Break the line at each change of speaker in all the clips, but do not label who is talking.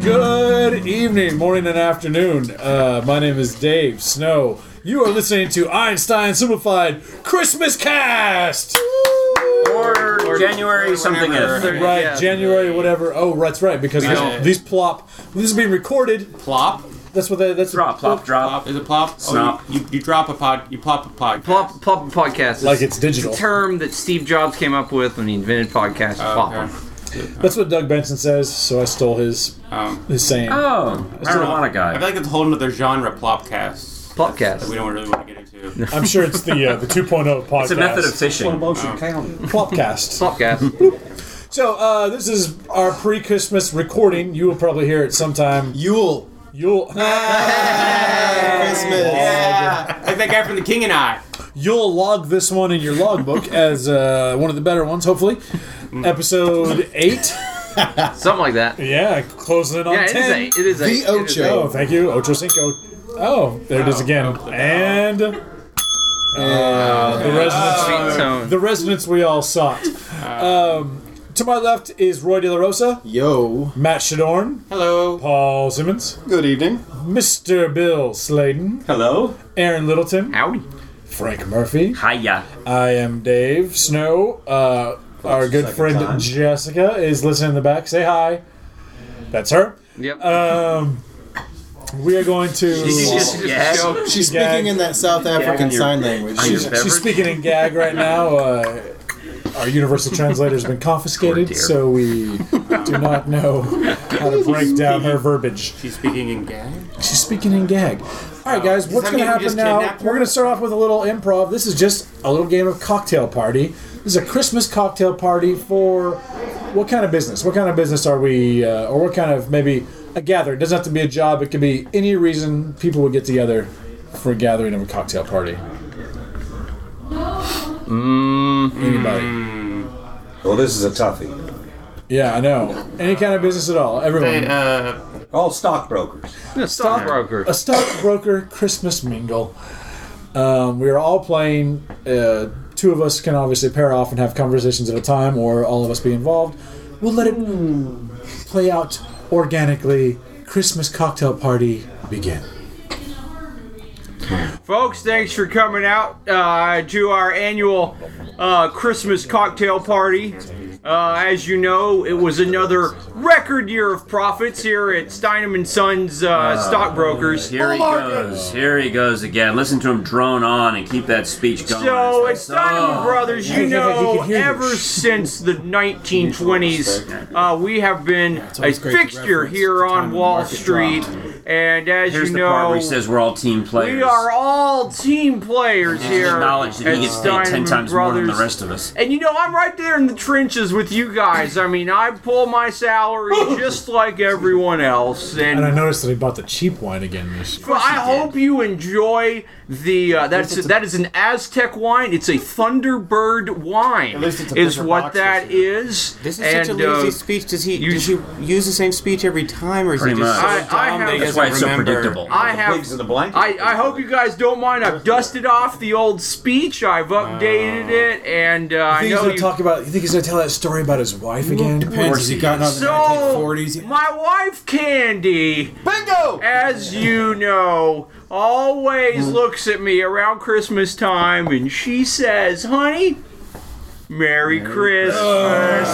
Good evening, morning, and afternoon. Uh, my name is Dave Snow. You are listening to Einstein Simplified Christmas Cast.
Or, January something else.
whenever.
Right,
Yeah.
January, whatever. Oh, that's right, because
We
these-
don't-
these plop. This is being recorded.
Plop.
That's what. They, that's
Drop, plop, drop.
Plop. Is it plop?
Snop.
Oh, you, you, you drop a pod. You plop a pod.
Plop, plop podcast.
Like it's digital.
a term that Steve Jobs came up with when he invented podcast.
Oh,
plop.
Uh, Okay.
That's what Doug Benson says. So I stole his
Um,
his saying.
Oh, marijuana
I
guy.
feel like it's a whole other genre, plopcast.
Plopcast.
That we don't really want to get into.
I'm sure it's the uh, the 2.0 podcast.
It's a method of fishing. Oh.
plopcast.
Plopcast.
So uh, this is our pre-Christmas recording. You will probably hear it sometime.
Yule.
You'll
Christmas.
Yeah, like that guy from The King and I.
you'll log this one in your logbook as uh, one of the better ones, hopefully. Episode eight.
Something like that.
Yeah, closing in on
Yeah, it is
ten.
eight. It is
The
eight. It is
Ocho.
Oh, thank you, Ocho Cinco. Oh, there it is again, and uh, the resonance.
eight. So,
The resonance we all sought. Um,
Uh.
to my left is Roy De La Rosa,
Yo.
Matt Shadorn,
Hello.
Paul Simmons,
Good evening.
Mr. Bill Sladen,
Hello?
Aaron Littleton,
howdy.
Frank Murphy.
Hiya.
I am Dave Snow. Uh, our good
second
friend
time.
Jessica is listening in the back. Say hi. That's her.
Yep.
Uh, We are going to.
She's
She's,
just-
Yes.
show-
She's
Gag.
speaking in that South African
your-
sign language.
She's-
She's-
she's speaking in gag right now. Uh, our universal translator has been
Poor dear.
confiscated, so we do not know how to break down her verbiage.
She's speaking in gag.
She's speaking in gag. All right, guys, what's
that
going to
mean you
happen
just
now?
kidnapped her?
We're going to start off with a little improv. This is just a little game of cocktail party. This is a Christmas cocktail party for what kind of business? What kind of business are we, uh, or what kind of maybe a gathering? It doesn't have to be a job. It could be any reason people would get together for a gathering of a cocktail party. Anybody?
Well, this is a toughie.
Yeah, I know. Any kind of business at all. Everyone.
Uh,
All stockbrokers.
Stockbroker.
a stockbroker Christmas mingle. Um, we are all playing. Uh, two of us can obviously pair off and have conversations at a time, or all of us be involved. We'll let it
Hmm.
play out organically. Christmas cocktail party begin.
Folks, thanks for coming out uh, to our annual uh, Christmas cocktail party. Uh, as you know, it was another record year of profits here at Steinem & Sons uh, Stockbrokers.
Here he goes. Here he goes again. Listen to him drone on and keep that speech going.
So
It's
it's
like,
Diamond
oh.
Brothers.
Yeah,
You
yeah, yeah, you
know,
can hear this.
ever since the 1920s, uh, we have been a
always great to
fixture
reference
here
the time
on
and
Wall
market
Street. And as
Here's
you
the part where he
know,
says we're all team players.
we are all team players here.
Acknowledge that
at
he gets paid ten
Steinman
times more than the
Brothers.
rest of us.
And you know, I'm right there in the trenches with you guys. I mean, I pull my salary just like everyone else.
And I
And
noticed that he bought the cheap wine again this year.
but I hope you enjoy the. Uh, that's that is an Aztec wine. It's a Thunderbird wine.
least it's a
is
bigger
what
box this
that is.
This is
and,
such a lazy
uh,
speech. Does he
you
does he use the same speech every time, or is he
Pretty
just
much.
so
I- I
dumb
have-
that he
That's why it's
doesn't
so
remember?
predictable.
I have.
Pigs in the blanket.
I, I hope you guys don't mind. I've dusted off the old speech. I've updated it, and uh, I know you
about. You think he's gonna tell that story about his wife again?
Depends. Has he gotten out of the
So,
1940s?
my wife Candy, bingo, as you know, always looks at me around Christmas time and she says, "Honey, Merry Christmas."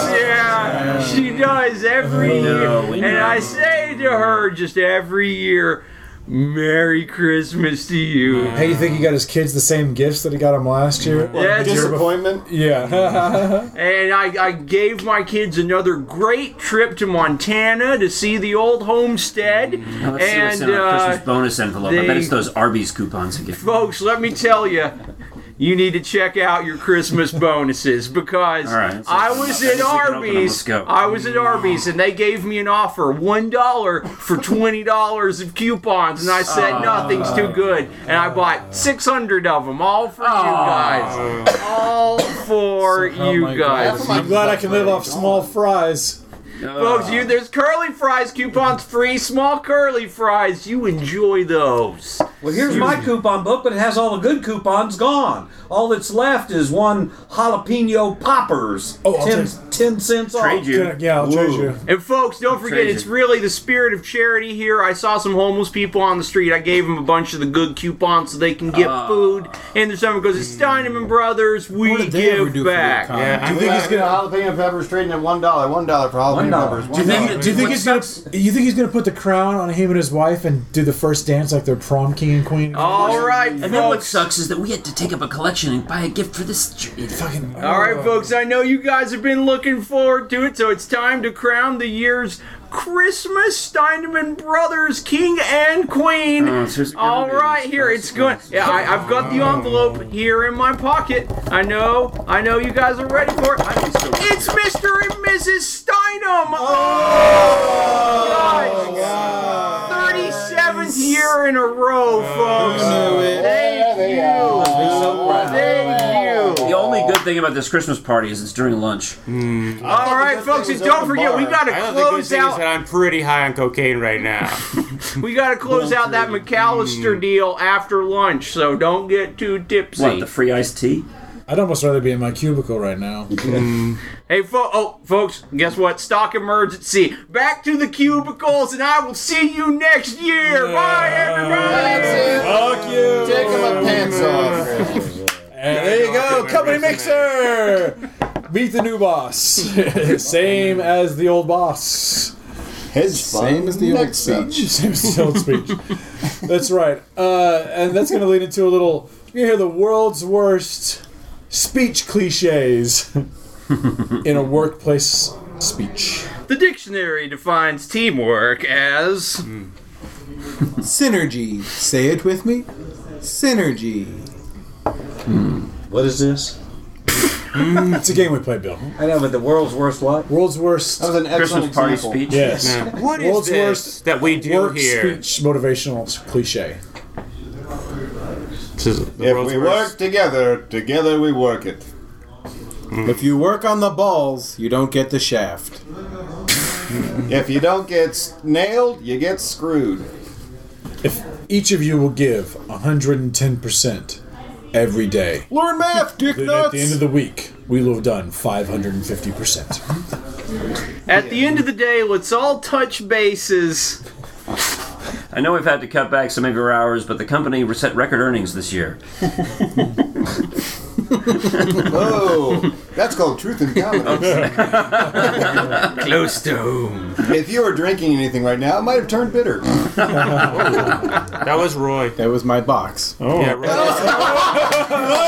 yeah, she does every
No, we
year, and
know.
I say to her just every year, "Merry Christmas to you."
Hey, you think he got his kids the same gifts that he got him last year?
That's
Disappointment?
Yeah.
And I, I gave my kids another great trip to Montana to see the old homestead.
Now let's see what's
and
in our
uh,
Christmas bonus envelope. I bet it's
they-
those Arby's coupons again.
folks, let me tell you, you need to check out your Christmas bonuses because
All right, so-
I was at
Let's open them, let's
Arby's.
go.
I was at Arby's and they gave me an offer one dollar for twenty dollars of coupons, and I said
Uh.
nothing's too good, and I bought six hundred of them, all for you
Oh.
guys, all for you guys.
I'm glad I can live off small fries.
Folks, you there's curly fries coupons free, small curly fries. You enjoy those.
Well, here's my coupon book, but it has all the good coupons gone. All that's left is one jalapeno poppers.
Oh, I'll
ten,
take-
10 cents off.
Trade you.
Yeah, I'll trade you.
And folks, don't forget,
Crazy.
it's really the spirit of charity here. I saw some homeless people on the street. I gave them a bunch of the good coupons so they can get food. And there's someone goes, "It's Steineman Brothers.
What
We
did they ever
give
do for
back."
Vietcong?
Do you think he's gonna?
jalapeno peppers trading at one dollar, one dollar for
$1.
jalapeno peppers.
Do
Do you
One dollar.
think? Do you think he's gonna? You think he's gonna put the crown on him and his wife and do the first dance like they're prom king and queen?
All right,
And then what
folks.
sucks is that we had to take up a collection and buy a gift for this. ch- idiot.
Fucking-
All right, folks, I know you guys have been looking forward to it, so it's time to crown the year's Christmas Steineman Brothers King and Queen.
Oh, it's just-
All right, here it's going. Yeah, I, I've got the envelope here in my pocket. I know, I know you guys are ready for it. I- It's Mr. and Mrs. Steinem. Oh, guys. 37th year in a row,
Oh,
folks. Thank you. Thank you.
The only good thing about this Christmas party is it's during lunch.
All right, folks, and don't forget we got to
I don't think good
close
thing is that
out.
I'm pretty high on cocaine right now.
We got to close out that
hmm.
McAllister deal after lunch, so don't get too tipsy.
What, the free iced tea?
I'd almost rather be in my cubicle right now.
hey, fo- oh, folks, guess what? Stock emergency. Back to the cubicles, and I will see you next year. Bye, everybody.
Fuck you.
Take my pants off.
And there you go, company mixer. Beat the new boss. Same as the old boss.
Same as the old speech.
Same as the old speech. that's right. Uh, and that's going to lead into a little. You hear the world's worst speech cliches in a workplace speech.
The dictionary defines teamwork as
Synergy. Say it with me. Synergy.
What is this?
It's a game we play, Bill.
I know, but the world's worst what?
World's worst.
That was an excellent
Christmas party
example.
speech?
Yes.
what
World's worst
that we do
work
here?
speech motivational cliche.
This is the
If
world's
we
worst.
work together, together we work it.
If you work on the balls, you don't get the shaft.
If you don't get s- nailed, you get screwed.
If each of you will give 110% every day,
Learn math, dick
then at the end of the week, we will have done 550%.
at the end of the day, let's all touch bases.
I know we've had to cut back some of your hours, but the company set record earnings this year.
Oh, that's called truth in comedy.
Close to home.
if you were drinking anything right now, it might have turned bitter.
That was Roy.
That was my box.
Oh.
Yeah, Roy.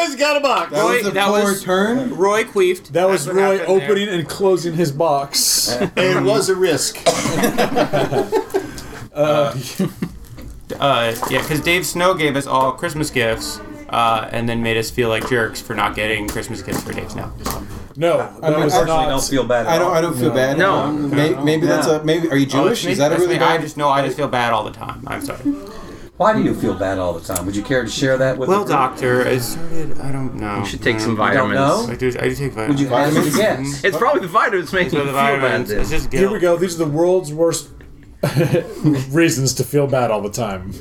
Roy's got a box.
That
Roy-
was the
that
poor
was-
turn.
Roy queefed.
That was
That's what
Roy
happened there.
opening and closing his box.
It was a risk.
Uh, yeah, because Dave Snow gave us all Christmas gifts, uh, and then made us feel like jerks for not getting Christmas gifts for Dave Snow.
No, that was
I-
not.
don't feel bad.
I don't. I don't feel bad.
No.
Maybe, maybe that's a. Maybe are you
Oh,
Jewish?
it's me.
Is that a
That's
really
me. I
bad?
just no. I just feel bad all the time. I'm sorry.
Why do you feel bad all the time? Would you care to share that with
Well,
the group?
doctor, I started. I don't know.
You should take some
vitamins.
vitamins.
know?
I do. I do take vitamins.
Would you ask me to guess?
It's probably the vitamins making
So
me
the
feel bad.
vitamins. It's just guilt.
Here we go. These are the world's worst reasons to feel bad all the time.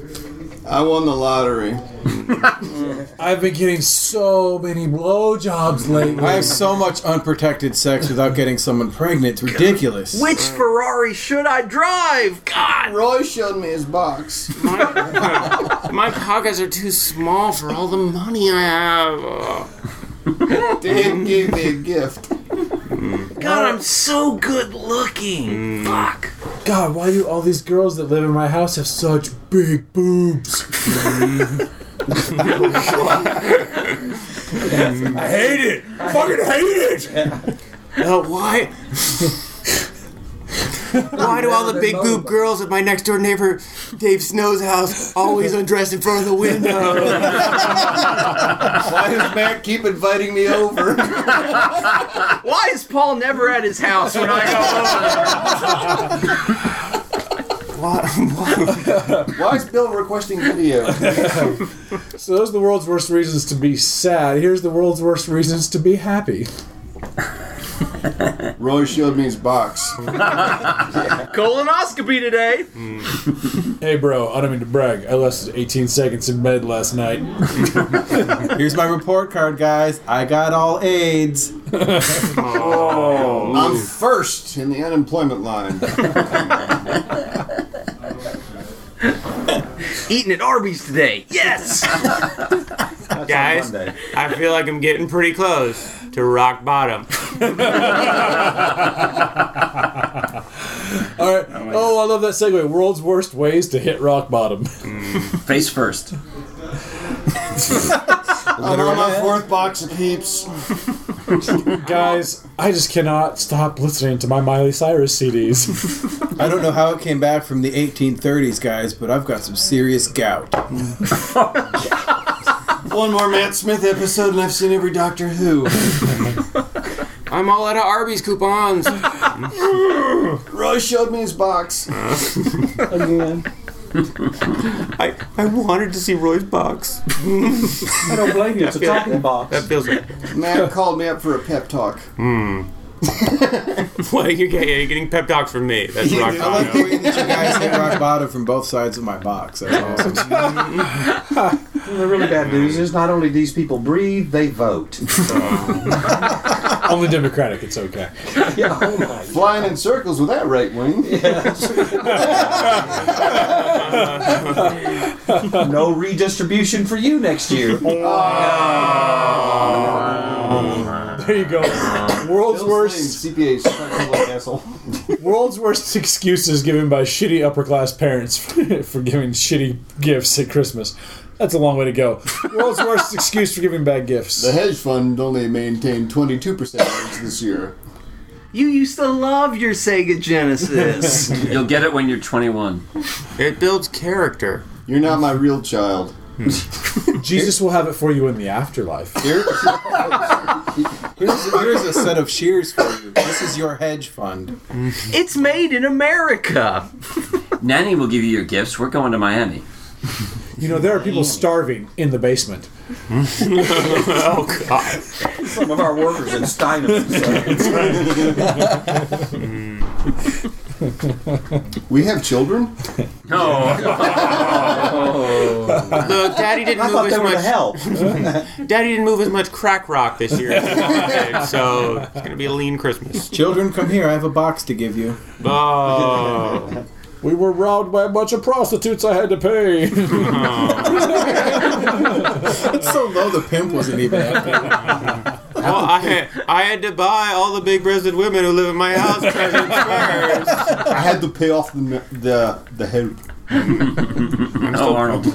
I won the lottery.
I've been getting so many blowjobs lately.
I have so much unprotected sex without getting someone pregnant. It's ridiculous.
Which Ferrari should I drive? God!
Roy showed me his box.
My pockets are too small for all the money I have. Ugh.
Dave gave me a gift.
God, I'm so good looking. Fuck.
God, why do all these girls that live in my house have such big boobs? I hate it. Fucking hate it.
Uh, why? why do all the big boob girls at my next door neighbor Dave Snow's house always undress in front of the window?
Why does Matt keep inviting me over?
Why is Paul never at his house when I go home?
Why is Bill requesting video?
So those are the world's worst reasons to be sad. Here's the world's worst reasons to be happy.
Roy showed me his box.
Colonoscopy today.
Hey, bro, I don't mean to brag. I lasted 18 seconds in bed last night.
Here's my report card, guys. I got all AIDS.
I'm first in the unemployment line.
Eating at Arby's today. Yes.
Guys, I feel like I'm getting pretty close to rock bottom.
All right. Oh, I love that segue. World's worst ways to hit rock bottom.
Face first.
I'm on my fourth box of peeps.
Guys, I just cannot stop listening to my Miley Cyrus CDs.
I don't know how it came back from the 1830s, guys, but I've got some serious gout.
One more Matt Smith episode, and I've seen every Doctor Who.
I'm all out of Arby's coupons.
Roy showed me his box.
I, I wanted to see Roy's box.
I don't blame you. It's a talking box.
That feels like.
Matt called me up for a pep talk.
What? You're getting, you're getting pep talks from me. That's rock
I like
bottom.
the way that you guys hit rock bottom from both sides of my box. That's awesome.
The really bad news is not only these people breathe, they vote.
Only Democratic, it's okay.
yeah, oh my.
Flying in circles with that right wing.
No redistribution for you next year.
There you go. World's worst,
CPA sucks asshole.
world's worst excuses given by shitty upper class parents for giving shitty gifts at Christmas. That's a long way to go. World's worst excuse for giving bad gifts.
The hedge fund only maintained 22% earnings this year.
You used to love your Sega Genesis.
You'll get it when you're 21.
It builds character.
You're not my real child.
Jesus will have it for you in the afterlife.
Here-
Here's, here's a set of shears for you. This is your hedge fund.
it's made in America.
Nanny will give you your gifts. We're going to Miami.
You know, there are people starving in the basement.
Some of our workers in Steinem.
we have children?
No.
Oh.
Look, Daddy didn't
I
move
thought
as
they were to
much.
help.
Daddy didn't move as much crack rock this year, as he did, so it's gonna be a lean Christmas.
Children, come here. I have a box to give you.
Oh,
We were robbed by a bunch of prostitutes I had to pay.
It's so low the pimp wasn't even up there.
well,
Oh,
I had, I had to buy all the big-breasted women who live in my house presents first.
I had to pay off the the, the help.
no, Arnold.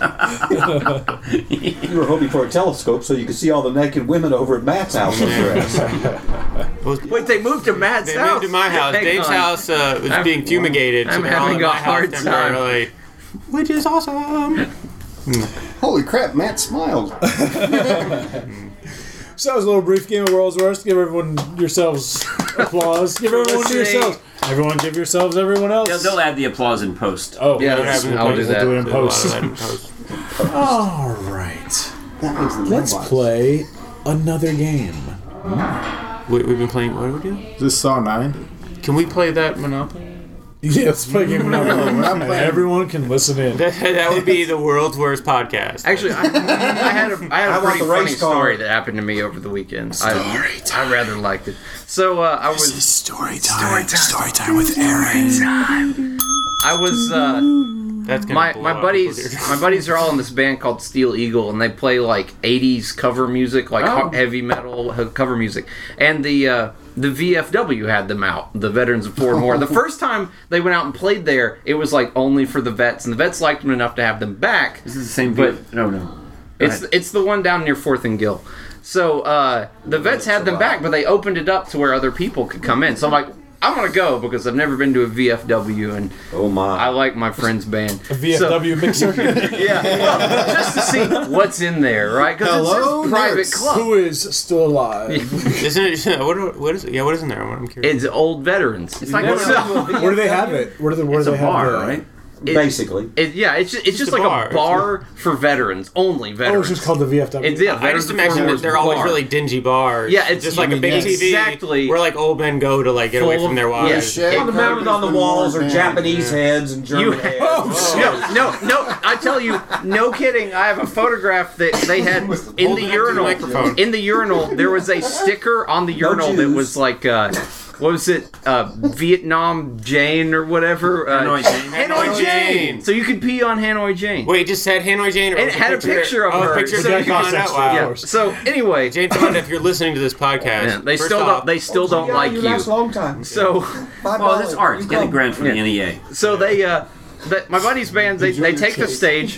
You were hoping for a telescope so you could see all the naked women over at Matt's house. with their ass.
Wait, they moved to Matt's
They
house.
moved to my house.
Hang
Dave's
on.
house uh, was being fumigated.
I'm
so they're all
having
in
a
my house
hard time.
temporarily, which is awesome.
Holy crap, Matt smiled.
so that was a little brief game of World's Worst. Give everyone yourselves applause. Give everyone
listening.
yourselves. Everyone give yourselves everyone else.
They'll, they'll add the applause in post.
oh,
Yeah,
we'll
that's-
do it in
I'll do
post.
that.
We'll do it in post.
Post.
All right. Let's play another game.
We, we've been playing. What do we do?
Is this Saw 9?
Can we play that Monopoly?
Yeah, let's play a game. of Monopoly.
I'm
And everyone can listen in.
That, that would be the world's worst podcast.
Actually, I, I had a, I had a
want
pretty
the
funny
race car.
story that happened to me over the weekend. I, I rather liked it. So uh, I was
Story time.
Story
time with Aaron.
I was uh,
That's gonna
my
blow
my
up.
buddies my buddies are all in this band called Steel Eagle and they play like 80s cover music
Oh.
like ho- heavy metal ho- cover music and the uh, the VFW had them out the Veterans of Foreign War the first time they went out and played there it was like only for the vets and the vets liked them enough to have them back
This is the same
But-
bit. No, no.
it's it's the one down near Fourth and Gill. So uh, the vets had them back, but they opened it up to where other people could come in. So I'm like, I'm gonna go because I've never been to a VFW, and
Oh my.
I like my friend's band.
VFW mixer.
yeah, well, just to see what's in there, right? Because
Hello,
it's a private
nerds.
club.
Who is still alive?
Isn't it? What, are- what is it? Yeah, what is in there? I'm curious.
It's old veterans. It's like
Where do they have it? Where do they? Where
It's
do
a
they have
bar,
the-
right?
it-
Basically.
it- yeah, it's just, it's just like
bar.
a bar for veterans only.
Oh,
Veterans.
it's just called the VFW.
It's- yeah,
I just
Veterans
imagine
Performers
that they're always
Bar.
really dingy bars.
Yeah, it's-
just like a big
yes.
TV.
Exactly.
Where like old men go to like get away
Full
from their
of-
wives.
yeah,
shit.
On
The mounted on the walls are Japanese heads and German
You
heads.
no, no, no! I tell you, no kidding. I have a photograph that they had in the urinal.
microphone.
In the urinal, there was a sticker on the urinal that
Jews.
was like, uh, what was it, uh, Vietnam Jane or whatever? Uh,
Hanoi Jane.
Hanoi Jane. So you could pee on Hanoi Jane.
Wait, it just said Hanoi Jane. Or
And
was
it had a picture of
oh,
her.
A picture
With
so
that
you found
context,
out. Wow.
yeah.
Yeah. So anyway,
Jane Fonda, if you're listening to this podcast,
yeah, they
first
still
off,
don't. They still don't
Oh, Yeah,
like
you
you.
last a long time.
So.
Five
Oh,
dollars.
that's art.
You
Get a
come.
grant from the NEA.
So they, uh, the, my buddy's band, they, they take the stage,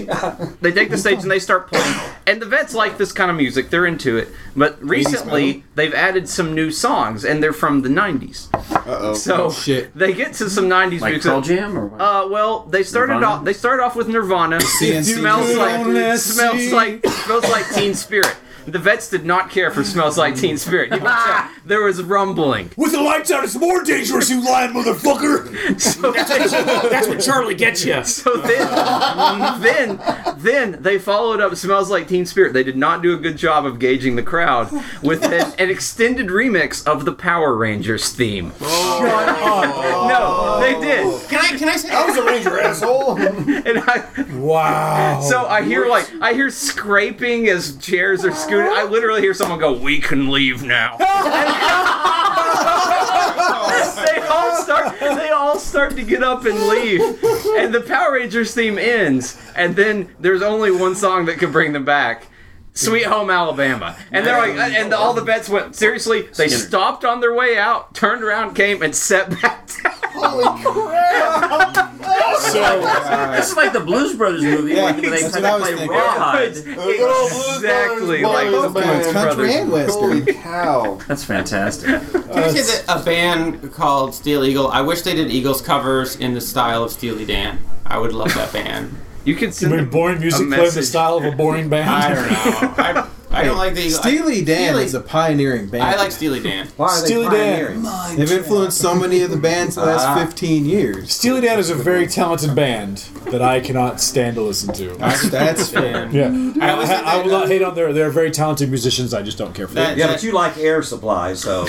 they take the stage and they start playing. And the vets like this kind of music; they're into it. But recently, they've added some new songs, and they're from the '90s.
Uh-oh.
So
shit.
they get to some '90s
Like
music.
Pearl Jam or what?
Uh, well, they started
Nirvana?
off. They started off with Nirvana.
CNC.
smells like
Lunacy.
smells like smells like Teen Spirit. The vets did not care for smells like Teen Spirit. You can tell. There was rumbling.
With the lights out, it's more dangerous, you lying motherfucker.
That's what Charlie gets you.
So then, then, then they followed up "Smells Like Teen Spirit." They did not do a good job of gauging the crowd with an, an extended remix of the Power Rangers theme. No, they did,
Can I? Can I say that was a ranger asshole?
and I,
Wow.
so I hear like I hear scraping as chairs are scooted. I literally hear someone go, "We can leave now." they all start they all start to get up and leave and the power rangers theme ends and then there's only one song that could bring them back Sweet Home Alabama, and they're like, and all the vets went seriously. They stopped on their way out, turned around, came and set back down.
Holy crap!
This is like the Blues Brothers movie
Uh, Yeah,
where they
that's what I was
play
thinking.
Rawhide.
exactly like
Both
the
bands,
Blues
country
Brothers.
and western.
Holy cow!
That's fantastic.
Can I say that a band called Steel Eagle? I wish they did Eagles covers in the style of Steely Dan. I would love that band.
You can
I
send
mean,
them
boring
a
music played the
message.
style of a boring band.
I don't know. I, I don't like the Eagles.
Steely Dan
Steely-
is a pioneering band.
I like Steely Dan.
Why are
Steely
they
Dan.
pioneering?
They've influenced so many of the band's last 15 years.
Steely Dan is a very talented band that I cannot stand to listen to.
That's fair.
Yeah, I,
always
I,
think
I will
that,
not hate on their. They're very talented musicians. I just don't care for them.
Yeah, but you like air supply, so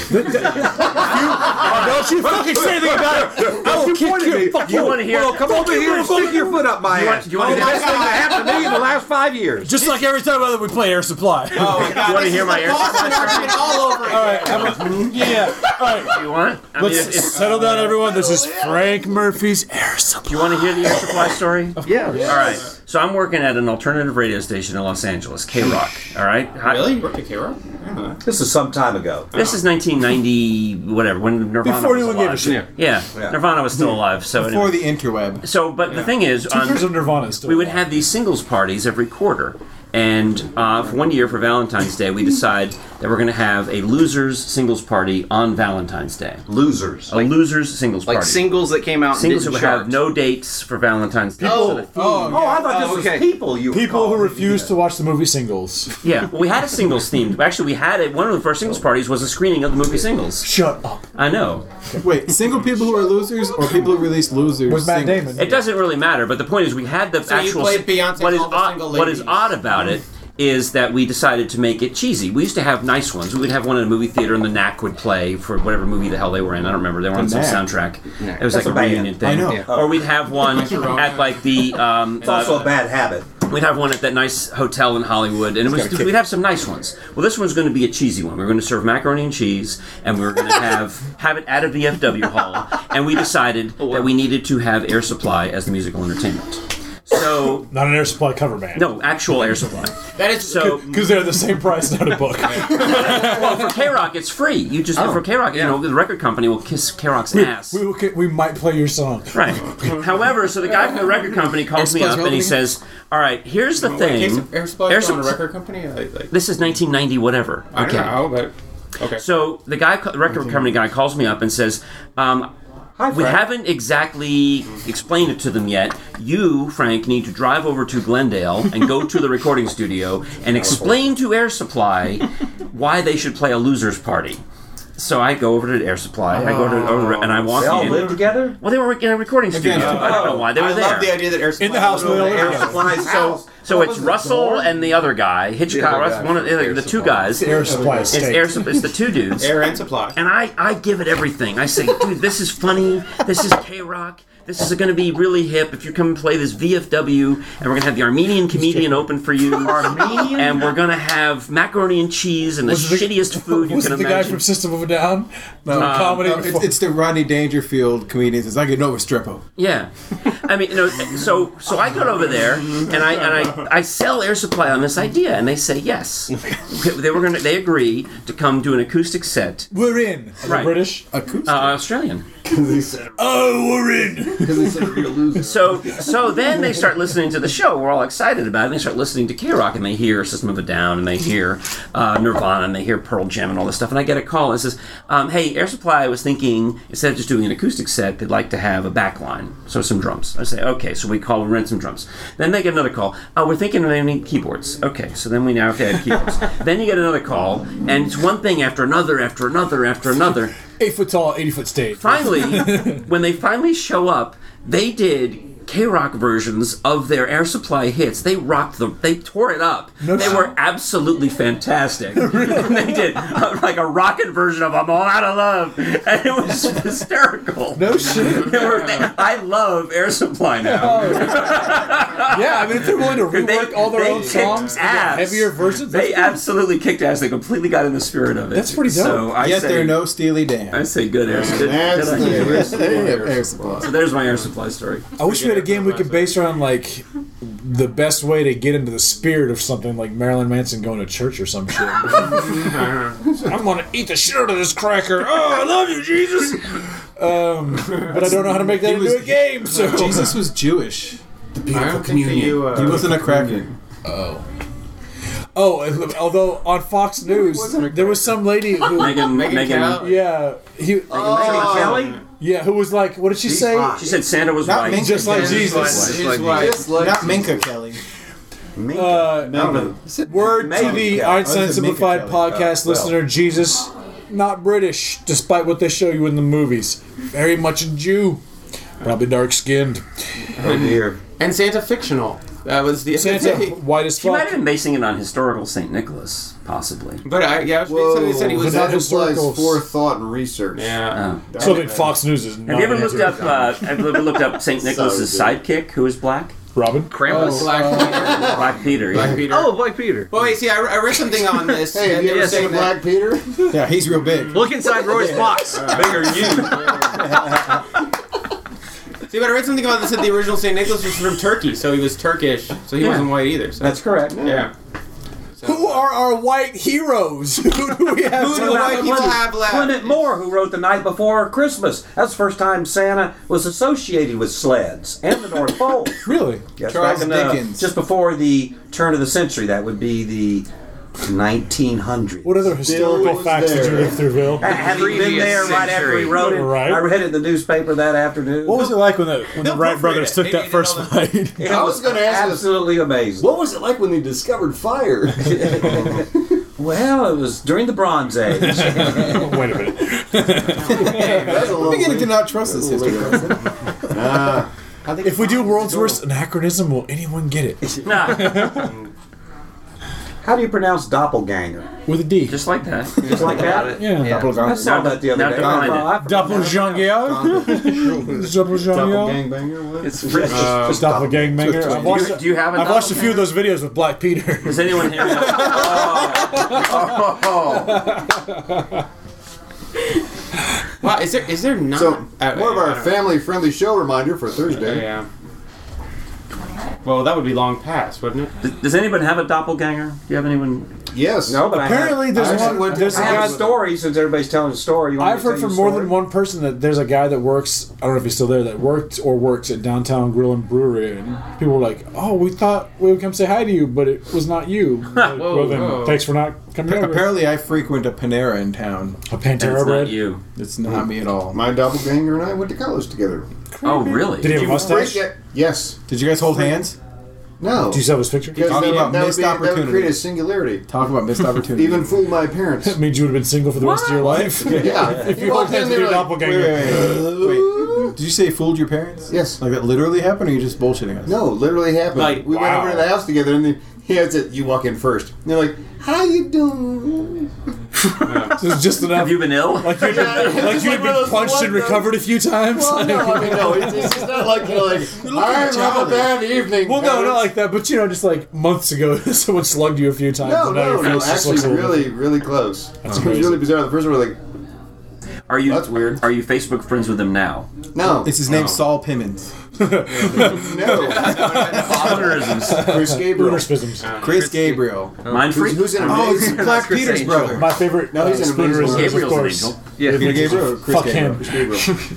don't you fucking say anything about it. I will kick you. Fuck
You want to hear?
Well, come over here and stick your foot up my ass.
you want
oh,
to-
the best thing that happened to me in the last five years.
Just like every time we play Air Supply. All
Oh my God,
You want to
this
hear
is
my
the
air?
Boston argument all over again.
right, I'm- yeah. All right,
You want? I mean,
let's
if, if
settle down, everyone. This is Frank Murphy's Air Supply.
you want to hear the air supply story,
Yeah.
All right. So I'm working at an alternative radio station in Los Angeles, K Rock. All right. Hi-
Really? You worked at K-Rock?
this is some time ago.
This is 1990, whatever, when Nirvana
Before
was
anyone gave a
alive.
shit. Hmm.
Yeah. Nirvana was still alive. So
Before
anyway.
the interweb.
so, but the thing is, on,
Years of Nirvana still.
we would have these singles parties every quarter. And uh, for one year for Valentine's Day, we decide that we're going to have a losers singles party on Valentine's Day.
Losers.
A losers singles
like
party.
singles that came out
singles
and
that
didn't
would
chart.
have no dates for Valentine's Day. So the-
Oh,
Oh, I thought
Oh,
this
okay.
was people you were
people who
calling.
refuse to watch the movie singles.
yeah, we had a singles themed. Actually, we had it. One of the first singles parties was a screening of the movie Singles.
Shut up.
I know.
Wait, single people who are losers or people who release losers?
With Matt
singles?
Damon.
It doesn't really matter, but the point is we had the
you
actual.
played Beyonce's
what is
All the
odd,
Single
what is
Ladies.
odd about it is that we decided to make it cheesy. We used to have nice ones. We would have one in a movie theater, and the Knack would play for whatever movie the hell they were in. I don't remember. They were on some
Knack.
soundtrack. It was like a,
a band.
reunion thing.
I know. Yeah.
Or we'd have one at like the. Um,
It's also a bad habit.
We'd have one at that nice hotel in Hollywood, and it was we'd have some nice ones. Well, this one's going to be a cheesy one. We're going to serve macaroni and cheese, and we we're going to have have it at a VFW hall. And we decided
Oh,
that we needed to have Air Supply as the musical entertainment. So
Not an Air Supply cover band.
no, actual Air Supply.
That is
So
Because they're the same price, not a book.
well, for K Rock, it's free. You just
Oh,
for K Rock, you know, the record company will kiss K Rock's ass.
we, will get- we might play your song.
Right. However, so the guy from the record company calls me up and he says, "All right, here's the thing.
Air Supply
Air
is on a
Sup-
record company? Like, like,
This is 1990, whatever.
I don't know, but
So the guy, the record company guy, calls me up and says, um, "We haven't exactly explained it to them yet. You, Frank, need to drive over to Glendale and go to the recording studio and explain to Air Supply why they should play a losers party." So I go over to Air Supply. I go to over, and I walk
They all
in.
live together?
Well, they were in a recording studio. I don't know why they were
oh, I
there.
love the idea that Air Supply
In the house,
was
we all
over
live
there.
together.
So, so it's Russell and the other guy, Hitchcock.
other
Russ-
guy
one of the,
from Air
the two
Supply.
guys.
Air Supply
It's
State.
air. Sup- It's the two dudes.
Air and Supply.
And I, I give it everything. I say, dude, this is funny. This is K Rock. This is going to be really hip. If you come and play this VFW, and we're going to have the Armenian comedian open for you. Armenian? And we're going to have macaroni and cheese and the
Was it the-
shittiest food you
Was
can
it the guy
imagine. Um,
from System of a Down? No, comedy.
No, it's, it's the Rodney Dangerfield comedians. It's like a Nova Strippo.
Yeah, I mean, you know, so so I go over there and I and I, I sell Air Supply on this idea, and they say yes. They were gonna they agree to come do an acoustic set,
we're in. Are they
Right.
British.
uh, Australian.
Oh, we're in.
Because they said you're a loser.
So so then they start listening to the show. We're all excited about it. And they start listening to K Rock, and they hear System of a Down, and they hear uh, Nirvana, and they hear Pearl Jam, and all this stuff. And I get a call and it says, um, "Hey, Air Supply was thinking instead of just doing an acoustic set, they'd like to have a back line, so some drums." I say, "Okay." So we call and rent some drums. Then they get another call. Oh, we're thinking they need keyboards. Okay, so then we now have to add keyboards. then you get another call, and it's one thing after another, after another, after another
Eight foot tall, eighty foot stage.
finally, when they finally show up, they did K Rock versions of their Air Supply hits. They rocked the, they tore it up. they
shit.
were absolutely fantastic. and they did uh, like a rocket version of "I'm All Out of Love," and it was hysterical.
No shit.
They were- they- I love Air Supply now.
Yeah, I mean, if they're willing to rework
They-
all their
they
own
kicked
songs, and
ass.
get heavier versions.
They
that's-
absolutely kicked ass. They completely got in the spirit of it.
That's pretty dope.
So I
Yet
say,
there are no Steely Dan.
I say good air. Good,
That's
good on
the-
you.
Air Supply.
So there's my air supply story.
I wish we had a game we could base around like the best way to get into the spirit of something, like Marilyn Manson going to church or some shit. I'm gonna eat the shit out of this cracker. Oh, I love you, Jesus. Um, but I don't know how to make that
He was-
into a game. So
Jesus was
I
Jewish.
don't think that you.
He
Uh,
wasn't a cracker.
Oh, and- although on Fox News there was some lady who,
Megan, Megan,
Kelly.
yeah, he,
Oh.
yeah, who was like, what did she say?
She said Santa was
Not
white.
Minka
Just like
Kelly.
Jesus.
He's white.
Not Minka Kelly.
Uh, word to the
Oh,
Einstein
this is Minka
Simplified
Kelly.
podcast listener, Jesus, not British, despite what they show you in the movies. Very much a Jew. Probably dark skinned.
And Santa fictional. That was the other
Santa,
day.
white as
She might have
fuck.
been basing it on historical St. Nicholas, possibly.
But I, yeah, I was reading something that said he was.
Whoa.
that
not
implies
historical.
forethought and research.
Yeah.
Oh.
So then Fox News is not.
Have you ever looked
into it.
up? Uh, have you ever looked up St. Nicholas's
So
sidekick, who is black?
Robin?
Krampus.
Black Peter.
Black Peter.
Black
yeah.
Peter.
Oh, Black Peter.
But wait, see, I, I read something on this.
Hey, have
and
you
they were
ever seen
saying
a
that-
Black Peter?
Yeah, he's real big.
Look inside Roy's box. Bigger you.
See, but I read something about this that the original St. Nicholas was from Turkey, so he was Turkish, so he wasn't white either. So
That's correct.
yeah.
Who are our white heroes? who do we have?
Who
to-
do white people have left?
Clement Moore, who wrote The Night Before Christmas. That's the first time Santa was associated with sleds and the North Pole.
Really?
Yes,
Charles
back in the-
Dickens.
just before the turn of the century, that would be the 1900s.
What other historical
was
facts did you
there.
live through, Bill?
Have you been
Previous
there right after
century.
he wrote it?
Right.
I read it in the newspaper that afternoon.
What was it like when the, when the
No,
Wright
proofread
brothers
it.
took
Maybe
that
you
first
know
bite?
It
I was gonna ask this-
absolutely amazing.
What was it like when they discovered fire?
Well, it was during the Bronze Age.
Wait a minute.
That's a
I'm beginning to
little
not trust this history.
If we do world's worst anachronism, will anyone get it?
Nah,
How do you pronounce doppelganger?
With a D.
just like that.
Just like that?
yeah.
I saw that the other
Now
day.
define it.
I- I-
Doppelganger? Doppelganger?
doppelgangbanger. What?
It's French.
Just doppelganger. I've
do,
watched,
you, do you have? A
I've watched a few of those videos with Black Peter.
Does anyone here?
Wow, is there is there not?
So,
I-
more of
I
our
don't know.
family-friendly show reminder for Thursday.
uh, Yeah. Well, that would be long past, wouldn't it?
Does, does anyone have a doppelganger? Do you have anyone?
Yes.
No, but I have-
Apparently, there's
I actually
one.
went to
There's a
I have
guy.
a story since everybody's telling a story. You want me
I've
to
heard
tell
from
you a
more
story?
than one person that there's a guy that works. I don't know if he's still there. That worked or works at Downtown Grill and Brewery, and people were like, "Oh, we thought we would come say hi to you, but it was not you." Like, well, then,
whoa.
thanks for not coming over.
Apparently, I frequent a Panera in town.
a
And
Pantera
it's
bread.
not you.
It's not me at all.
My doppelganger and I went to college together.
Oh, really?
Did he have a
Break
mustache?
it. Yes.
Did you guys hold hands?
No.
Do you still have his picture?
Because that, would- that, would be, that would create a singularity.
Talk about missed opportunity.
Even fool my parents.
That means you would have been single for the rest of your life.
Yeah.
if
You
you
walked
walked
in,
in
they
to be
were
a
like,
Wait,
doppelganger.
wait, wait. Wait, Did you say fooled your parents?
Yes.
Like that literally happened, or you just bullshitting us?
No, literally happened.
Like,
we went
wow.
over to the house together, and then he has it. You walk in first. And they're like, "How you doing?"
This is just enough.
Have you been ill?
Like you'd
Yeah, it's
been, like
just
you'd
like one
been
of those
punched and
one-
recovered a few times.
Well, no, I mean, no, it's, it's just not like you're like, "I'm have a bad evening."
Well, no, not
parents."
like that, but you know, just like months ago, someone slugged you a few times.
No,
and now
no,
your
no,
face just
actually,
looks a little
really, really close. it was
crazy.
really bizarre. The first one was like,
Are you
That's weird.
Are you Facebook friends with them now?
no,
It's his name, Saul Pimmons.
no, Chris Gabriel.
Spoonerisms.
Chris Gabriel.
Mind
Who's,
freak?
who's in a
Oh, he's
amazing-
Black
Chris
Peter's
Angel.
brother.
My favorite
No,
no, uh,
he's an amazing
Spoonerism is, of
Gabriel's an
course.
angel.
Yeah,
Peter Gabriel or Chris
Fuck
Gabriel?
him.
Chris Gabriel.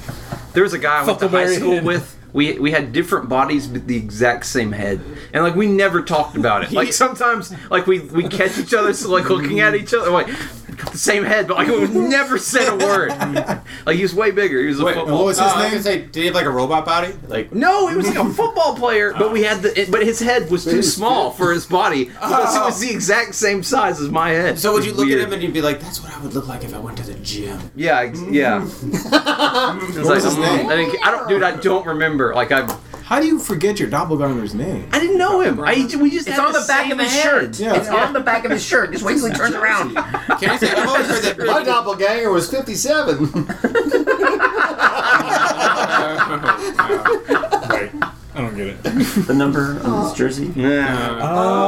There was a guy I went to high
Huckleberry
school
Inn.
with. We, we had different bodies but the exact same head. And like we never talked about it. Like sometimes like we we catch each other so like looking at each other like got the same head, but like we never said a word. Like he was way bigger. He was a
Wait,
football.
And what was
Oh,
his
I was
name?
gonna say, did he have like a robot body? Like,
No, he was like a football player, but we had the it- but his head was too
was
small for his body because it was the exact same size as my head.
so would you look
Weird.
at him and you'd be like, "That's what I would look like if I went to the gym."
Yeah, ex- yeah. It's like,
was his
mm,
name?
I, think, I don't, dude. I don't remember. Like I,
How do you forget your doppelganger's name?
I didn't know him. I we just
It's
had
on the back
same
of his
head.
shirt.
Yeah.
It's on the back of his shirt. Just wait till he turns around.
Can I say I've always heard that
My doppelganger was 57.
Wait, I don't get it.
The number on his jersey.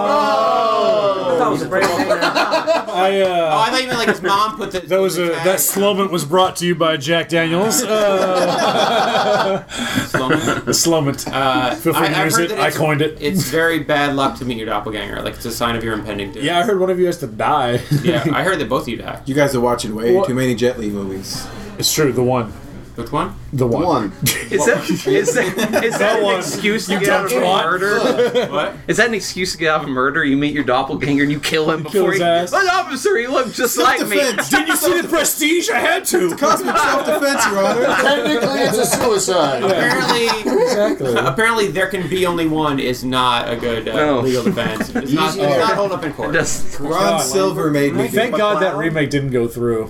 Oh,
That was a brave
Uh, I,
Oh,
uh,
I thought you meant like his mom put the.
that was a that slogan was brought to you by Jack Daniels. Uh, the slogan.
Uh,
Feel free
I,
to
have
use
heard
it.
that
I
it's,
coined it.
it's very bad luck to meet your doppelganger. Like it's a sign of your impending doom.
Yeah, I heard one of you has to die.
yeah. I heard that both of you die.
You guys are watching way
What?
too many Jet Li movies.
It's true. The one.
Which one?
The one.
One.
Is that is that, is that
one.
an excuse to
You
get out of
dumb
a
twat.
murder?
What?
Is that an excuse to get out of a murder? You meet your doppelganger and you kill him
kill
before
his
he.
ass.
But officer, he looked just like me.
Self-defense.
Didn't you see the prestige? I had to.
Cosmic self-defense, Your Honor.
Technically, it's a suicide.
Apparently,
Exactly.
apparently, there can be only one is not a good uh,
No.
legal defense. It's not, it's
Easier.
not hold up in court.
Just
Ron Silver made me. do
Thank
it.
God that remake didn't go through.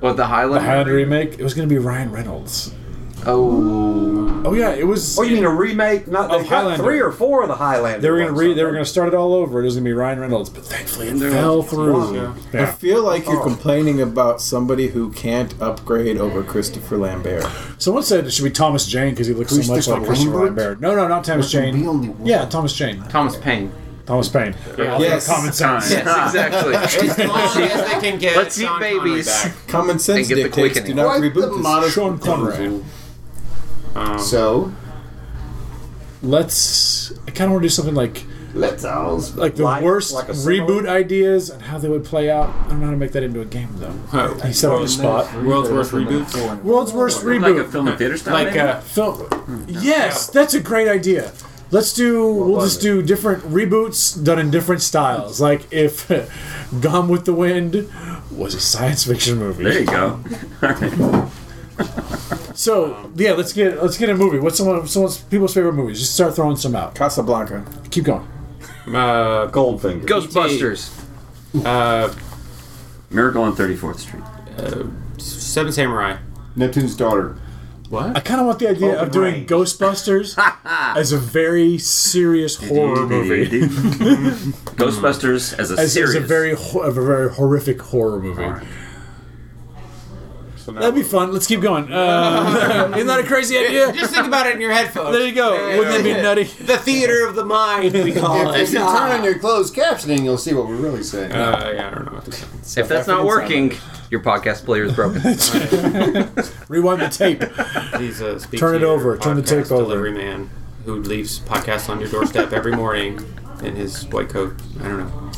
what the
The
Highlander?
Highland remake. It was going to be Ryan Reynolds.
Oh,
Oh yeah, it was.
Or you mean a remake? Not
Of
they've got
Highlander.
three or four of the Highlander.
They were gonna
ones,
re-
so-
they were gonna start it all over. It was gonna be Ryan Reynolds, but thankfully it fell through.
Yeah.
I
Yeah.
feel like
Oh.
you're complaining about somebody who can't upgrade over Christopher Lambert.
Someone said it should be Thomas Jane because he looks so much
Christopher
like Christopher
Lambert?
Lambert. No, no, not Thomas
be only
Jane.
one.
Yeah, Thomas Jane.
Thomas Paine.
Thomas Paine.
Yes.
Common sense.
Yes, exactly.
As long as they can get
Let's eat
Sean Connery
babies.
back.
Common sense
And get the
dictates do
quickening.
not
Quite the
reboot this.
modest
Sean Connery.
So,
Let's. I kind of want to do something like
let's all. sp-
like the
Like-
worst
like a symbol?
reboot ideas and how they would play out. I don't know how to make that into a game though.
Oh.
He said on the spot.
World's worst reboot.
World's worst
Like a
reboot.
film and theater style.
Like,
maybe?
uh,
Film. Yes, that's a great idea. Let's do. we'll just do different reboots done in different styles. Like if Gone with the Wind was a science fiction movie.
there you go.
So yeah, let's get let's get a movie. What's someone someone's people's favorite movies? Just start throwing some out.
Casablanca.
Keep going.
Uh,
Goldfinger.
Ghostbusters.
uh,
Miracle on 34th Street.
Seven Samurai.
Neptune's daughter.
I kind of want the idea of doing
range.
Ghostbusters as a very serious horror movie.
Ghostbusters as a
as,
series.
as a very ho- of a very horrific horror movie. That'd be fun. Let's keep going. Uh, isn't that a crazy idea?
Just think about it in your headphones.
There you go. Wouldn't that be nutty?
The theater of the mind, we call
If
it.
you turn on your closed captioning, you'll see what we're really saying.
Uh, yeah, I don't know what to say.
If that's not working, your podcast player is broken.
Rewind the tape.
He's a speak
Turn it
to your
over, turn the
podcast
tape over.
Delivery man who leaves podcasts on your doorstep every morning in his white coat. I don't know.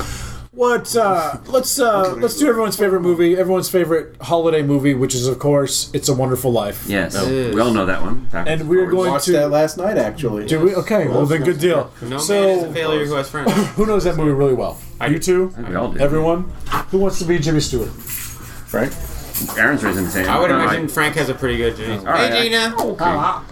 What? Uh, let's uh, let's do everyone's favorite movie, everyone's favorite holiday movie, which is of course "It's a Wonderful Life."
yes.
Yes.
We all know that one. Backwards
And we're
and forwards.
going
Watched that
to.
last night, actually.
Do we? Okay. Well, then good deal.
No man is a
So,
failure who has friends.
who knows that movie really well? You two,
We all do.
everyone. Who wants to be Jimmy Stewart?
Frank?
Aaron's raising his hand.
I would
All right.
imagine Frank has a pretty good Gina.
All right.
Gina.
Oh,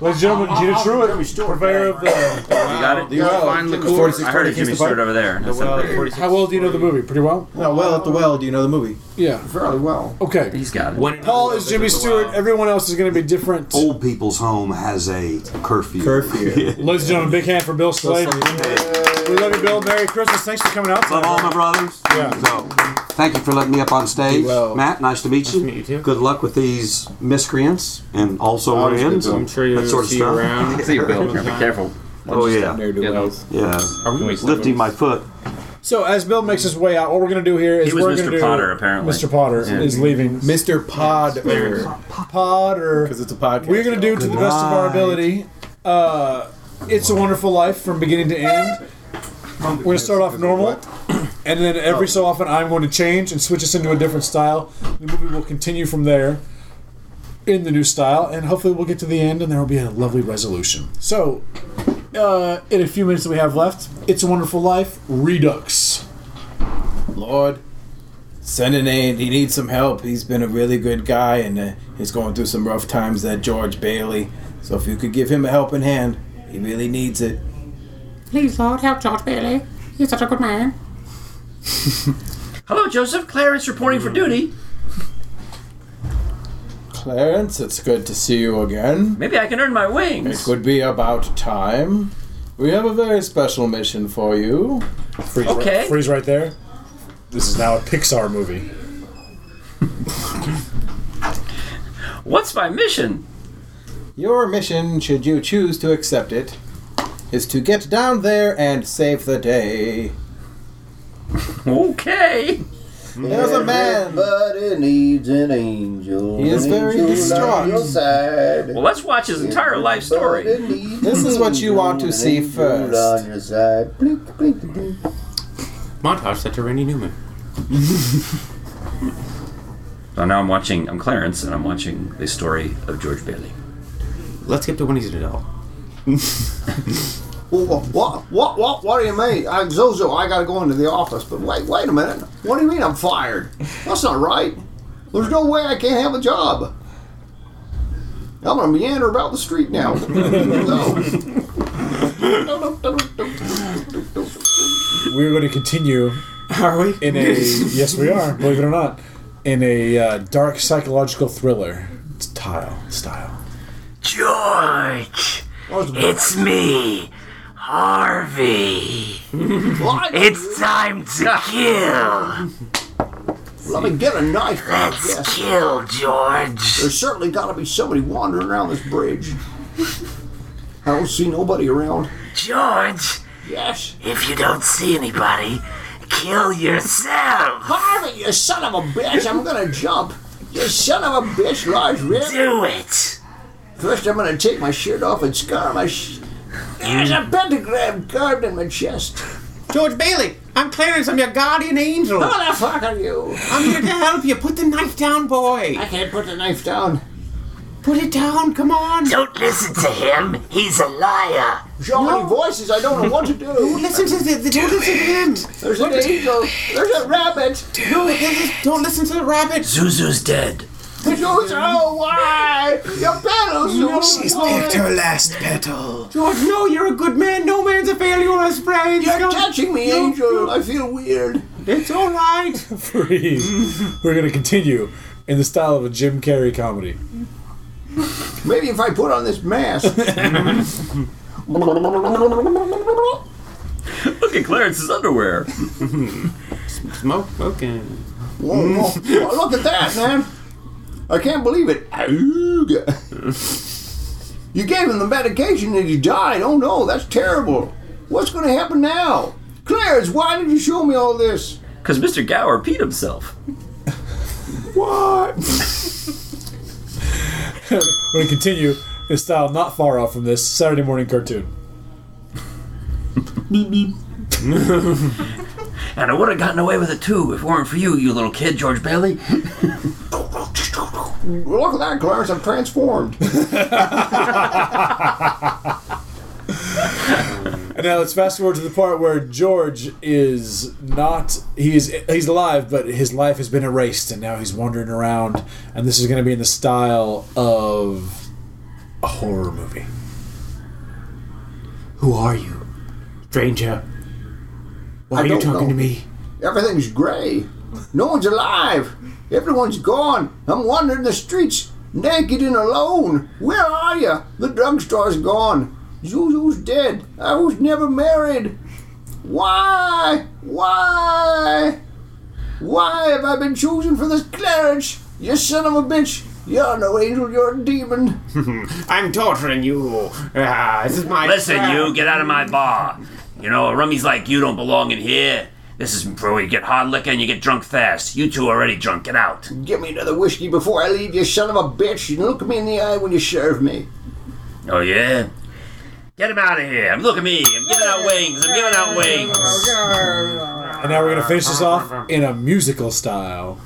Ladies and
Oh,
gentlemen, Gina Truitt, purveyor of the.
You got it?
The well,
Fine liqueur.
I heard a Jimmy Stewart over there. That sounded pretty good.
How well do you know the movie? Pretty well?
No, well at the well. Do you know the movie?
Yeah.
Fairly well.
Okay.
He's got it.
When
Paul is Jimmy Stewart. Everyone else is going to be different.
Oh.
Ladies
Old people's home has a curfew.
Curfew.
and gentlemen, big hand for Bill Slade. We love you, Bill. Merry Christmas. Thanks for coming out.
Love all
Uh-huh.
my brothers.
Yeah.
So, thank you for letting me up on stage,
Well,
Matt. Nice to meet you.
meet you too.
Good luck with these miscreants and also
Always good
Orions.
to
I'm sure you'll
That sort of
see
stuff.
around.
See you, Bill. Be careful.
Oh yeah,
There do well.
yeah. Lifting my foot.
So as Bill makes his way out, what we're going to do here is
He was
we're going to do
Mr. Potter, apparently.
Mr. Potter is leaving.
Mr. Potter.
Potter.
Because it's a podcast.
We're gonna do to the best of our ability. Uh, it's a Wonderful Life from beginning to end. We're gonna start off normal, and then every so often I'm going to change and switch us into a different style. The movie will continue from there in the new style, and hopefully we'll get to the end, and there will be a lovely resolution. So, uh, in a few minutes that we have left, it's a Wonderful Life Redux.
Lord, send an aid. He needs some help. He's been a really good guy, and uh, he's going through some rough times. That George Bailey. So if you could give him a helping hand, he really needs it.
Please, Lord, help George Bailey. He's such a good man.
Hello, Joseph. Clarence reporting for duty.
Clarence, it's good to see you again.
Maybe I can earn my
It
wings.
would be about time. We have a very special mission for you.
Freeze,
Okay.
right, freeze right there. This is now a Pixar movie.
What's my mission?
Your mission, should you choose to accept it, is to get down there and save the day.
Okay.
There's a man.
Everybody needs an angel.
He is
An
very
angel on
distraught.
your side.
Well, let's watch his entire life story.
Everybody needs
This is what you
an
want to see
angel
first.
on your side. Blink, blink, blink.
Montage set to Randy Newman.
So now I'm watching. I'm Clarence, and I'm watching the story of George Bailey.
Let's skip to when he's an adult.
What, what, what, what, what do you mean? I'm Zozo, I gotta go into the office, but wait, wait a minute. What do you mean I'm fired? That's not right. There's no way I can't have a job. I'm gonna meander about the street now.
We're going to continue
Are we?
in a yes we are believe it or not in a uh, dark psychological thriller style style
George, it's me, Harvey.
What?
It's time to kill.
Let me get a knife.
Let's
Yes.
kill George.
There's certainly gotta be somebody wandering around this bridge. I don't see nobody around.
George,
Yes.
if you don't see anybody, kill yourself.
Harvey, you son of a bitch, I'm gonna jump. You son of a bitch, large rib.
Do it.
First, I'm going to take my shirt off and scar my. Sh- There's a pentagram carved in my chest.
George Bailey, I'm Clarence. I'm your guardian angel.
Who the fuck are you?
I'm here to help you. Put the knife down, boy.
I can't put the knife down.
Put it down. Come on.
Don't listen to him. He's a liar.
So many voices, I don't know what to do.
Listen to the, the don't listen to him.
There's an angel. There's a rabbit.
No, this is- don't listen to the rabbit.
Zuzu's dead.
Who's oh why? Your petals. No, she's picked her
last petal.
George, no, you're a good man. No man's a failure on his friends.
You're
Don't-
touching me, angel. I feel weird.
It's all right.
freeze we're going to continue in the style of a Jim Carrey comedy
Maybe if I put on this mask.
Look at Clarence's underwear.
Smoke, okay.
Whoa, whoa. Oh, look at that, man. I can't believe it. Ooga. You gave him the medication and he died. Oh no, that's terrible. What's going to happen now? Clarence, why did you show me all this?
Because Mr. Gower peed himself.
What?
we're going to continue in a style not far off from this Saturday morning cartoon
And I would have gotten away with it too if it weren't for you, you little kid, George Bailey.
Look at that, Clarence. I'm transformed.
and now let's fast forward to the part where George is not he is he's alive, but his life has been erased, and now he's wandering around. And this is going to be in the style of a horror movie.
Who are you, stranger? Why
I
are you
don't
talking to
know.
me?
Everything's gray. No one's alive. Everyone's gone. I'm wandering the streets, naked and alone. Where are you? The drugstore's gone. Zuzu's dead. I was never married. Why? Why? Why have I been chosen for this Clarence? You son of a bitch. You're no angel, you're a demon.
I'm torturing you. Ah, this is my.
Listen,
trap.
you get out of my bar. You know, Rummy's like you don't belong in here. This is where you get hard liquor and you get drunk fast. You two are already drunk. Get out.
Get me another whiskey before I leave, you son of a bitch. And look me in the eye when you serve me.
Oh yeah. Get him out of here. Look at me. I'm giving out wings. I'm giving out wings.
And now we're going to finish this off in a musical style.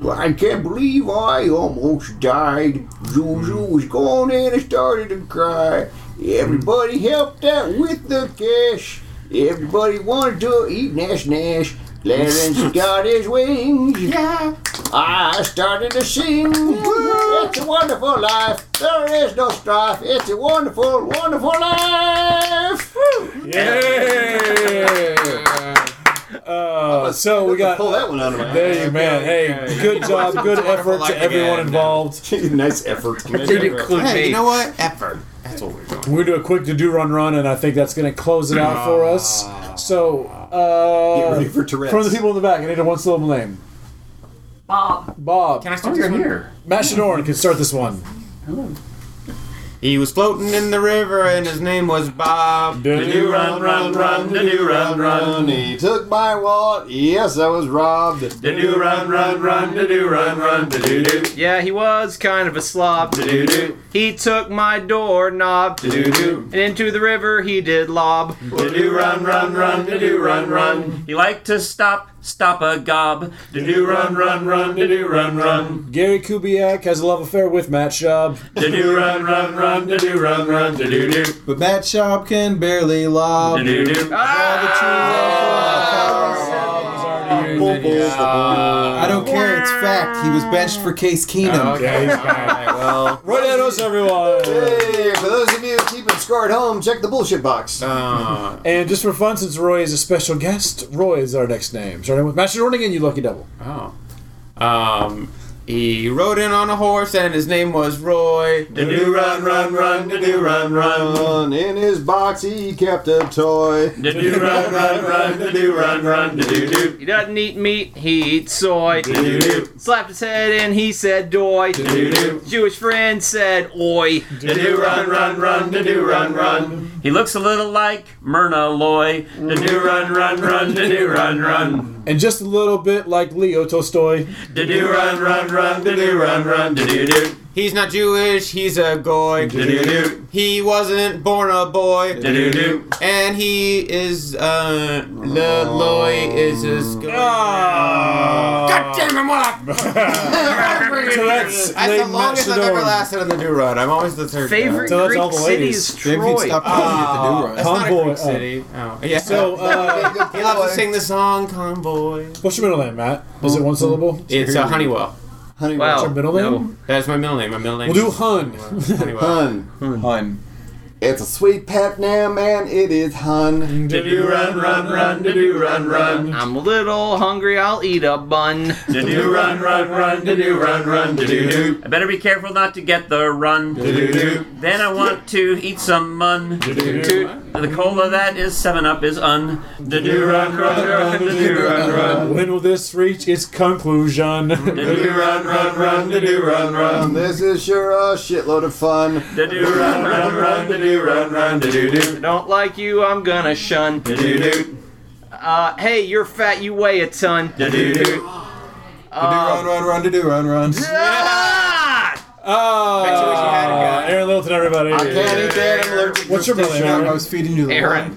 Well, I can't believe I almost died. Zuzu was gone and I started to cry. Everybody helped out with the cash. Everybody wanted to eat Nash Nash. Clarence got his wings. I started to sing. It's a wonderful life. There is no strife. It's a wonderful, wonderful life.
Uh, so we got
pull that one out of my
There you man. Hey, good job, good effort to everyone involved.
nice effort.
Hey, you know what? Effort. That's what we're doing.
We're gonna do a quick to do run run, and I think that's gonna close it out for us.
Ah.
So, uh,
Get ready for Tourette's.
from the people in the back, I need a one syllable name.
Bob.
Bob. Can
I start this one? here?
Matt Shadorn can start this one.
He was floating in the river and his name was Bob.
Do-do run, run, run,
do
do-do run, run.
He took my wallet. Yes, I was robbed.
Do run, run, run, do run, run, do do.
Yeah, he was kind of a slob.
Do-do-do.
He took my doorknob.
Do-do-do.
And into the river he did lob.
Do run, run, run, do do run, run. You like to stop, stop a gob. Do do run, run, run, do do run, run.
Gary Kubiak has a love affair with Matt Schaub.
Do do run, run, run, do do run, run, do do do.
But Matt Schaub can barely lob.
Do-do-do. Ah!
I don't care. It's fact. He was benched for Case
Oh,
Keenum.
well,
Rodeos, everyone.
Hey, for those of you keeping score at home, check the bullshit box.
Uh-huh. And just for fun, since Roy is a special guest, Roy is our next name. Starting with Matt Shadorn again, you lucky devil.
Oh. Um, he rode in on a horse and his name was Roy.
Do run, run, run, do do run, run.
Run in his box, he kept a toy.
Do do run, run, run, do do run, run, do do do.
He doesn't eat meat, he eats soy. Slapped his head and he said doy. Jewish friend said oi.
Do do run, run, run, do do run, run. He looks a little like Myrna Loy. Do do run, run, run, do do run, run.
And just a little bit like Leo Tolstoy.
Do do run, run, run, do do run, run, do do do.
He's not Jewish, he's a goy.
Do-do-do.
He wasn't born a boy.
Do-do-do.
And he is, uh, the Loy is a sc-
Ah.
God damn it, Moloch!
Tourette's
That's the
Lady Matt
longest I've ever
Shadorn.
lasted on the do run. I'm always the third. guy.
Favorite
So that's all
Greek
the
city
ladies.
is
Maybe you
Troy.
stop calling it the do
Ah. That's
run.
not a
Convoy,
Greek
oh.
city. Oh, yeah.
So, uh,
he loves to sing the song Convoy.
what's your middle name, Matt? Is it one syllable?
It's uh, Honeywell.
Honey,
Wow.
Your middle
no.
name?
That's my middle name. My middle name
We'll do
is
Hun.
Honeywell.
Hun.
Hun.
It's a sweet pet name, and it is
Do
Hun.
do run, run, run, do do run, run.
I'm a little hungry, I'll eat a bun.
Do do run, run, run, do do run, run, do do do. I better be careful not to get the run. Do do do. Then I want to eat some mun. Do do do. The cola that is Seven Up is un. Do do run, run, run, do do run, run.
When will this reach its conclusion?
Do do run, run, run, do do run,
Mm-hmm.
run.
Um, This is sure a shitload of fun.
Do do run, run, run, do do run, run, do do do.
Don't like you, I'm gonna shun.
Do do do.
Uh, hey, you're fat, you weigh a ton.
Do do do.
Um,
Run, run, run, do do run, run.
Ah!
Ah, Aaron Littleton, everybody.
I can't eat that. I'm allergic to
What's your middle name?
I
Aaron?
was feeding you the
Aaron.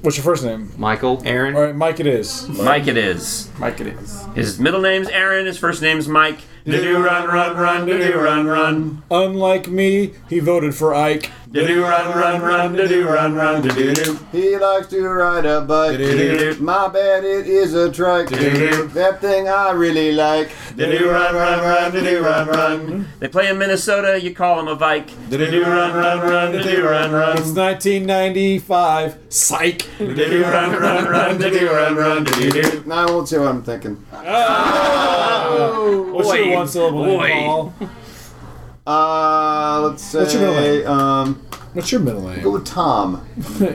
What's your first name?
Michael.
All
Aaron.
right, Mike. It is.
Mike it is.
Mike it is.
His middle name's Aaron. His first name's Mike.
Did-do run, run, run, did-do run, run. Unlike me, he voted for Ike.
Did-do run, run, run, did-do run, run, did-do-do. He likes to ride a bike.
Did-do-do.
My bad, it is a trike.
Did-do-do.
That thing I really like.
Did-do run, run, run, did-do run, run. They play in Minnesota, you call him a Vike. Did-do run, run, run, did-do run, run.
It's 1995. Psych.
Did-do run, run, run, did-do run, run, did-do-do. No, I won't say what I'm thinking.
Oh, What's your one syllable name, Paul?
Uh, let's say.
What's your middle name?
Um,
What's your middle name?
Go with Tom.
go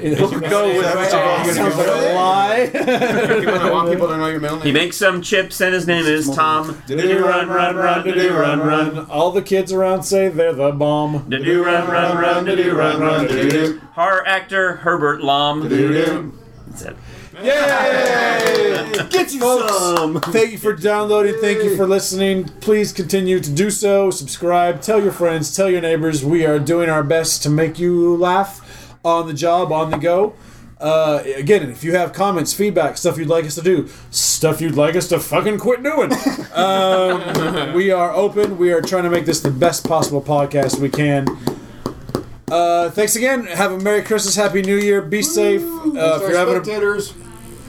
Sounds like a lie.
people to know your middle name. He makes some chips and his name is Tom. Did-do run, run, run, did-do run, run.
All the kids around say they're the bomb.
Did-do run, run, run, did-do run, run, did-do. Horror actor Herbert Lom.
Did-do.
That's it.
Yay! Get you some. Thank you for downloading. Thank you for listening. Please continue to do so. Subscribe. Tell your friends. Tell your neighbors. We are doing our best to make you laugh on the job, on the go. Uh, again, if you have comments, feedback, stuff you'd like us to do, stuff you'd like us to fucking quit doing, um, we are open. We are trying to make this the best possible podcast we can. Uh, thanks again. Have a Merry Christmas, Happy New Year. Be safe. Uh, if you're having a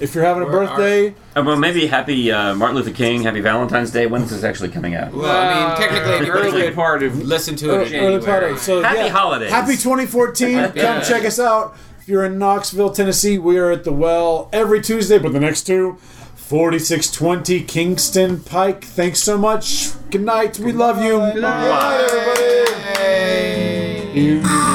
if you're having a birthday,
Oh, well, maybe happy uh, Martin Luther King, happy Valentine's Day. When is this actually coming out?
Well, I mean, technically, the early
part of
listen to
early
it in January.
part of- so,
Happy
yeah.
holidays.
Happy 2014.
Happy-
Come check us out. If you're in Knoxville, Tennessee, we are at the well every Tuesday, but the next two, 4620 Kingston Pike. Thanks so much. Good night. We love you. Good night, everybody.